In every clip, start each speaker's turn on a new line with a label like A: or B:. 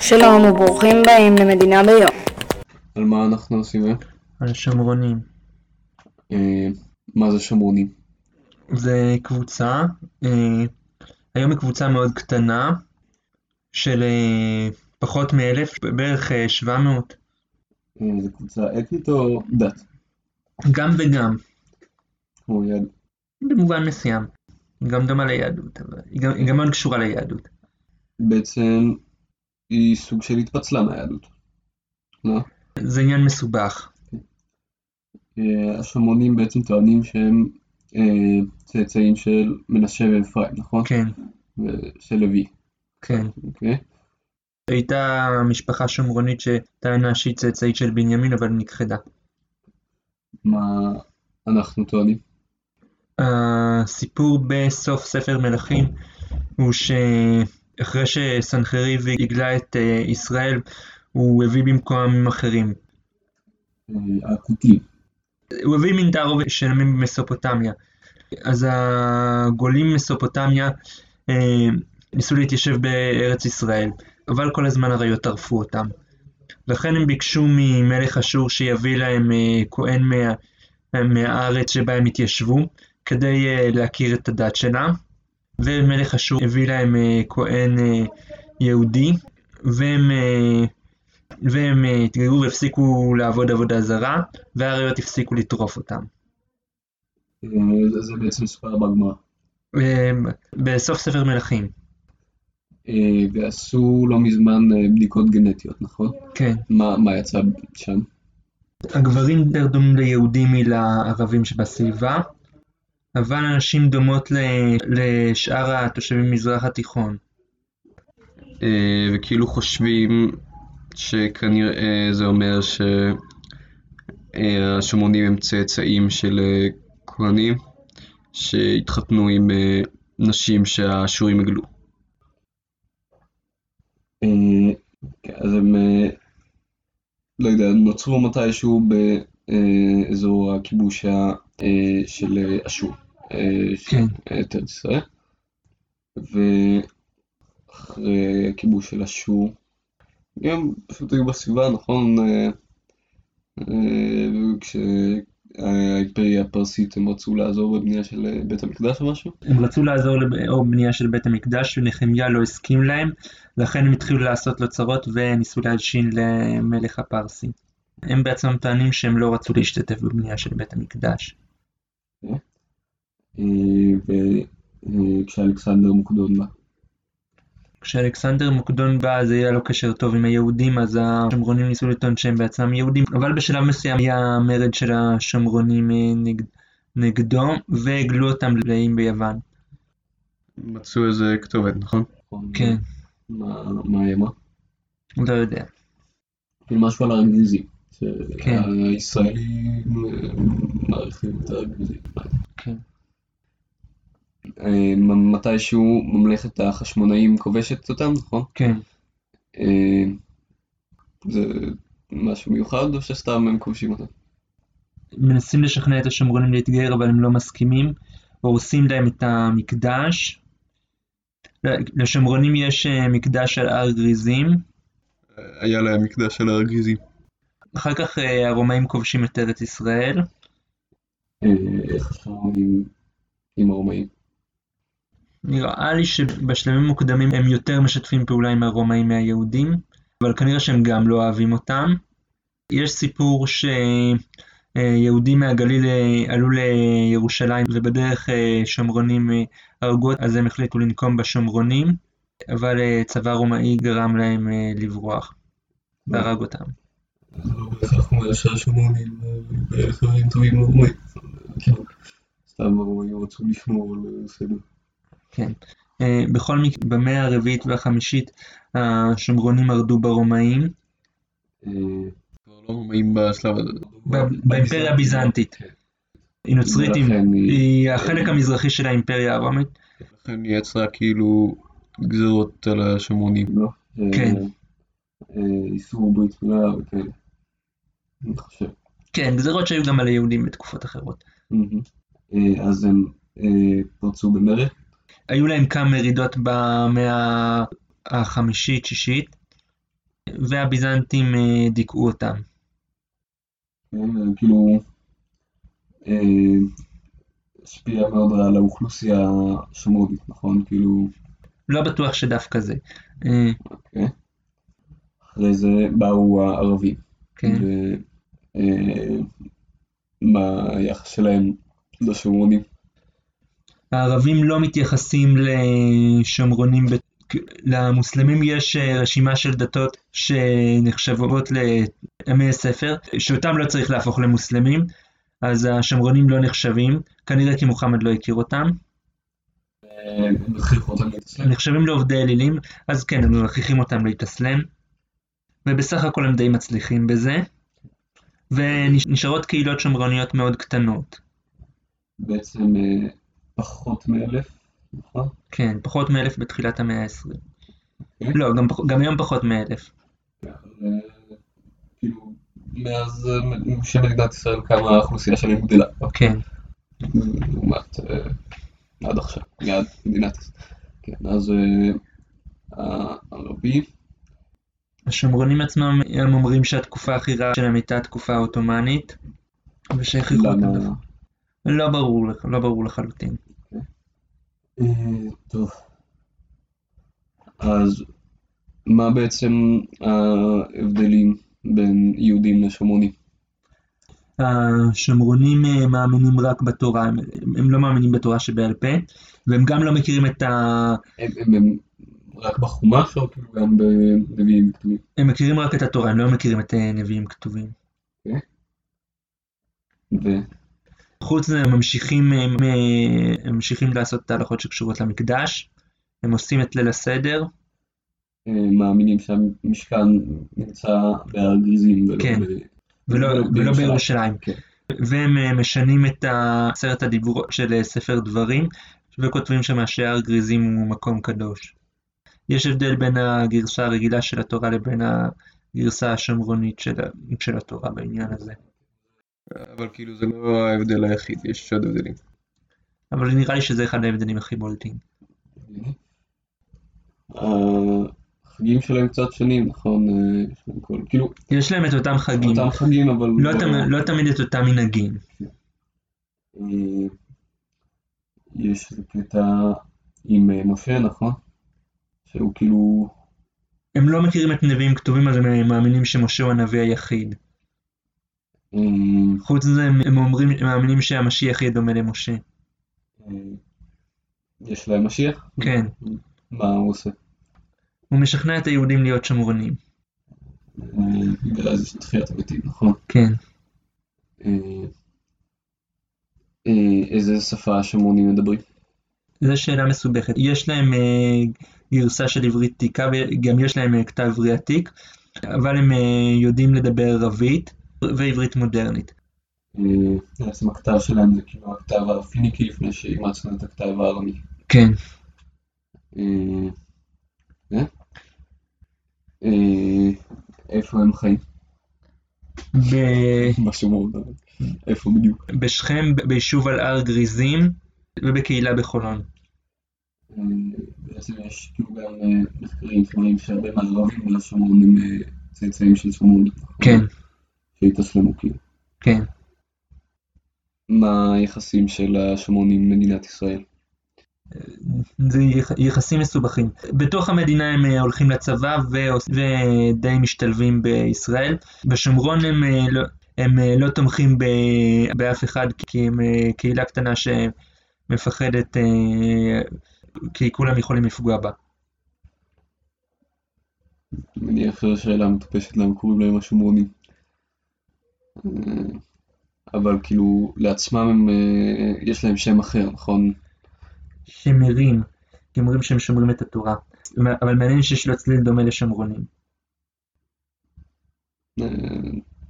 A: שלום וברוכים באים למדינה ביום.
B: על מה אנחנו עושים היום?
C: על שמרונים.
B: אה, מה זה שמרונים?
C: זה קבוצה, אה, היום היא קבוצה מאוד קטנה, של אה, פחות מאלף, בערך אה, 700.
B: אה, זה קבוצה אתנית או דת?
C: גם וגם,
B: כמו יד.
C: במובן מסוים. גם דומה ליהדות, אבל היא גם, היא גם מאוד קשורה ליהדות.
B: בעצם היא סוג של התפצלה מהיהדות. לא?
C: זה עניין מסובך.
B: אה, השמרונים בעצם טוענים שהם אה, צאצאים של מנשה ואפרים, נכון?
C: כן,
B: של לוי,
C: כן.
B: אוקיי?
C: הייתה משפחה שומרונית שטענה שהיא צאצאית של בנימין, אבל נכחדה.
B: מה אנחנו טוענים?
C: הסיפור בסוף ספר מלכים הוא שאחרי שסנחריב הגלה את אה, ישראל, הוא הביא במקום עמים אחרים.
B: אה, הכותים.
C: הוא הביא מין דרוב של עמים במסופוטמיה. אז הגולים ממסופוטמיה אה, ניסו להתיישב בארץ ישראל, אבל כל הזמן הריות טרפו אותם. לכן הם ביקשו ממלך אשור שיביא להם אה, כהן מה, מהארץ שבה הם התיישבו, כדי אה, להכיר את הדת שלה. ומלך אשור הביא להם אה, כהן אה, יהודי, והם, אה, והם אה, התגיירו והפסיקו לעבוד עבודה זרה, והאריות הפסיקו לטרוף אותם.
B: אה, זה- זה בעצם סופר בגמרא.
C: אה, בסוף ספר מלכים,
B: אה, ועשו לא מזמן אה, בדיקות גנטיות, נכון?
C: כן.
B: מה מה יצא שם?
C: הגברים יותר דומים ליהודים מלערבים שבסביבה, אבל הנשים דומות ל- לשאר התושבים במזרח התיכון.
D: אה, וכאילו חושבים שכנראה זה אומר שהשומרונים הם צאצאים של אה, כהנים שהתחתנו עם אה, נשים שהאשורים הגלו.
B: אה, אז הם, אה, לא יודע, נוצרו מתישהו באזור הכיבוש ה- אה, של אה, אשור,
D: כן.
B: אה, של את ארץ ישראל, ואחרי הכיבוש של אשור, הם פשוט היו בסביבה, נכון? אה, אה, כשהאימפריה הפרסית הם רצו לעזור בבנייה של אה, בית המקדש או משהו?
C: הם רצו לעזור לאור בנייה של בית המקדש, ונחמיה לא הסכים להם, לכן הם התחילו לעשות לו צרות וניסו להלשין למלך הפרסי. הם בעצמם טוענים שהם לא רצו להשתתף בבנייה של בית המקדש.
B: אה, וכשאלכסנדר אה, מוקדון בא.
C: כשאלכסנדר מוקדון בא אז היה לו קשר טוב עם היהודים אז השומרונים ניסו לטעון שהם בעצמם יהודים אבל בשלב מסוים היה מרד של השומרונים אה, נגד, נגדו והגלו אותם לאיים ביוון.
D: מצאו איזה כתובת, נכון?
C: כן,
B: מה מה היא אמרה?
C: לא יודע.
B: כאילו משהו על האנגליזים.
C: כן.
B: שהישראלים אה, מעריכים את האנגליזים.
C: כן.
B: אה, מ- מתישהו ממלכת החשמונאים כובשת אותם, נכון?
C: כן.
B: אה, זה משהו מיוחד או שסתם הם כובשים אותם?
C: מנסים לשכנע את השומרונים להתגייר אבל הם לא מסכימים, הורסים להם את המקדש. לא, לשומרונים יש אה, מקדש על הר גריזים,
D: היה להם מקדש על הר גריזים.
C: אחר כך אה, הרומאים כובשים את ארץ ישראל,
B: אה, איך השמונאים עם הרומאים?
C: נראה לי שבשלבים מוקדמים הם יותר משתפים פעולה עם הרומאים מהיהודים, אבל כנראה שהם גם לא אוהבים אותם. יש סיפור שיהודים מהגליל אה, עלו לירושלים ובדרך אה, שומרונים אה, הרגו, אז הם החליטו לנקום בשומרונים, אבל אה, צבא רומאי גרם להם אה, לברוח, והרג אותם.
B: זה לא בהכרח אומר שהשומרונים בחברים טובים לא לרומאים. כאילו, סתם הרומאים רצו לשמור על סדר.
C: אה, בכל מקרה, במאה הרביעית והחמישית השומרונים מרדו ברומאים,
B: אה,
D: כבר לא רומאים בשלב הזה.
C: ב- באימפריה הביזנטית. היא נוצרית עם...
B: ולכן היא-
C: היא החלק המזרחי של האימפריה הרומית.
D: לכן היא יצרה כאילו גזרות על השומרונים.
B: לא?
C: כן.
B: אה, אה, איסור ברית מילה וכאלה. אני חושב.
C: כן, גזרות שהיו גם על היהודים בתקופות אחרות.
B: מהמם. אה, אז הם אה, פרצו במרד.
C: היו להם כמה מרידות במאה החמישית, שישית, והביזנטים אה, דיכאו אותם.
B: כן, כאילו, אה, השפיע מאוד על האוכלוסייה השומרונית, נכון? כאילו,
C: לא בטוח שדווקא זה. אה,
B: אחרי זה באו הערבים.
C: כן.
B: ומה היחס שלהם לשומרונים.
C: הערבים לא מתייחסים לשומרונים, ב- כ- למוסלמים יש אה, רשימה של דתות שנחשבות לימי ספר, שאותם לא צריך להפוך למוסלמים, אז השומרונים לא נחשבים, כנראה כי מוחמד לא הכיר אותם.
B: אה, הם הכריחו אותם להתאסלם.
C: הם נחשבים לעובדי אלילים, אז כן, הם מכריחים אותם להתאסלם, ובסך הכל הם די מצליחים בזה, ונשארות קהילות שומרוניות מאוד קטנות,
B: בעצם אה, פחות מאלף, נכון?
C: כן, פחות מאלף בתחילת המאה ה-20.
B: אוקיי.
C: לא, גם, פח- גם היום פחות מאלף.
B: אה, כאילו, מאז אה, שמדינת ישראל קמה האוכלוסייה שלהם גדלה.
C: כן.
B: לעומת אה, עד עכשיו, ליד מדינת ישראל. כן, אז אה, הערבי,
C: השומרונים עצמם הם אומרים שהתקופה הכי רעה שלהם הייתה התקופה העות'מאנית, ושהכריחו אותם
B: למה...
C: דווקא. לא ברור, לך- לא ברור לחלוטין.
B: אה, טוב. אז מה בעצם ההבדלים בין יהודים לשומרונים?
C: השומרונים אה, מאמינים רק בתורה, הם, הם לא מאמינים בתורה שבעל פה, והם גם לא מכירים את ה...
B: הם, הם, הם רק בחומש או כאילו גם בנביאים וכתובים?
C: הם מכירים רק את התורה, הם לא מכירים את אה, נביאים כתובים.
B: ו-
C: חוץ מזה הם ממשיכים, הם, אה, הם ממשיכים לעשות את ההלכות שקשורות למקדש, הם עושים את ליל הסדר,
B: אה, מאמינים שהמשכן נמצא בהר גריזים ולא
C: כן.
B: ב...
C: ולא,
B: ולא
C: ולא
B: לא בירושלים.
C: בירושלים.
B: כן.
C: והם אה, משנים את ה- עשרת הדיברות של אה, ספר דברים, וכותבים שם שהר גריזים הוא מקום קדוש. יש הבדל בין הגרסה הרגילה של התורה לבין הגרסה השומרונית של, ה- של התורה בעניין הזה.
D: אבל כאילו זה לא ההבדל היחיד, יש עוד הבדלים.
C: אבל נראה לי שזה אחד ההבדלים הכי בולטים.
B: אה, החגים שלהם קצת שונים, נכון? אה, יש להם כל... כאילו,
C: יש להם את אותם חגים,
B: אותם חגים, אבל...
C: לא, תמ- לא תמיד את אותם מנהגים.
B: אה, יש איזה קטע עם אה, משה, נכון? שהוא כאילו,
C: הם לא מכירים את נביאים כתובים, אז הם אה, מאמינים שמשה הוא הנביא היחיד.
B: אה,
C: חוץ מזה הם, הם אומרים, הם מאמינים שהמשיח יהיה דומה למשה.
B: אה, יש להם משיח?
C: כן.
B: מה הוא עושה?
C: הוא משכנע את היהודים להיות שמרנים.
B: אה, ואז יש תחיית המתים, נכון?
C: כן.
B: אה, אה, איזה שפה השומרונים מדברים?
C: זו שאלה מסובכת. יש להם אה, גרסה של עברית עתיקה וגם יש להם אה, כתב עברי עתיק, אבל הם אה, יודעים לדבר ערבית ועברית מודרנית.
B: אה, בעצם הכתב שלהם זה כאילו הכתב הפיניקי לפני שאימצנו את הכתב הארמי.
C: כן.
B: אה, אה? אה, איפה הם חיים?
C: ב...
B: משהו מאוד דומה. איפה בדיוק?
C: בשכם, ב- ביישוב על הר גריזים ובקהילה בחולון.
B: אה, בעצם יש כאילו גם אה, מחקרים שמראים שהרבה מהערבים והשומרון הם אה, צאצאים של שמרון. שהתאסלמו כאילו.
C: כן.
B: מה היחסים של השומרונים עם מדינת ישראל?
C: זה יח- יחסים מסובכים. בתוך המדינה הם אה, הולכים לצבא ועוש- ודי משתלבים בישראל. בשומרון הם, אה, לא, הם אה, לא תומכים ב, באף אחד כי הם אה, קהילה קטנה שמפחדת, אה, כי כולם יכולים לפגוע בה.
B: אני מניח שזו שאלה מטופשת למה קוראים להם השומרונים. אה, אבל כאילו לעצמם הם, אה, יש להם שם אחר, נכון?
C: שמרים, כי אומרים שהם שומרים את התורה. אבל מעניין שיש לו צליל דומה לשומרונים.
B: אה,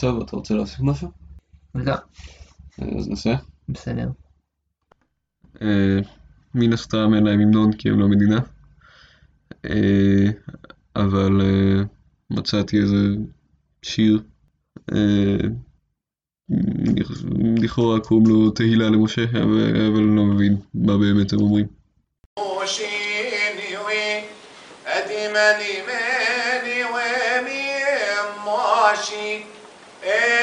B: טוב, אתה רוצה להוסיף משהו?
C: לא,
B: אה, אז נעשה.
C: בסדר.
D: אה, מן הסתם אין להם המנון כי הם לא מדינה. אה, אבל אה, מצאתי איזה שיר, אה, לכאורה קוראים לו תהילה למשה, אבל אבל אני לא מבין מה באמת הם אומרים.
E: وشيني وي أدمني ماني ومي חשי אל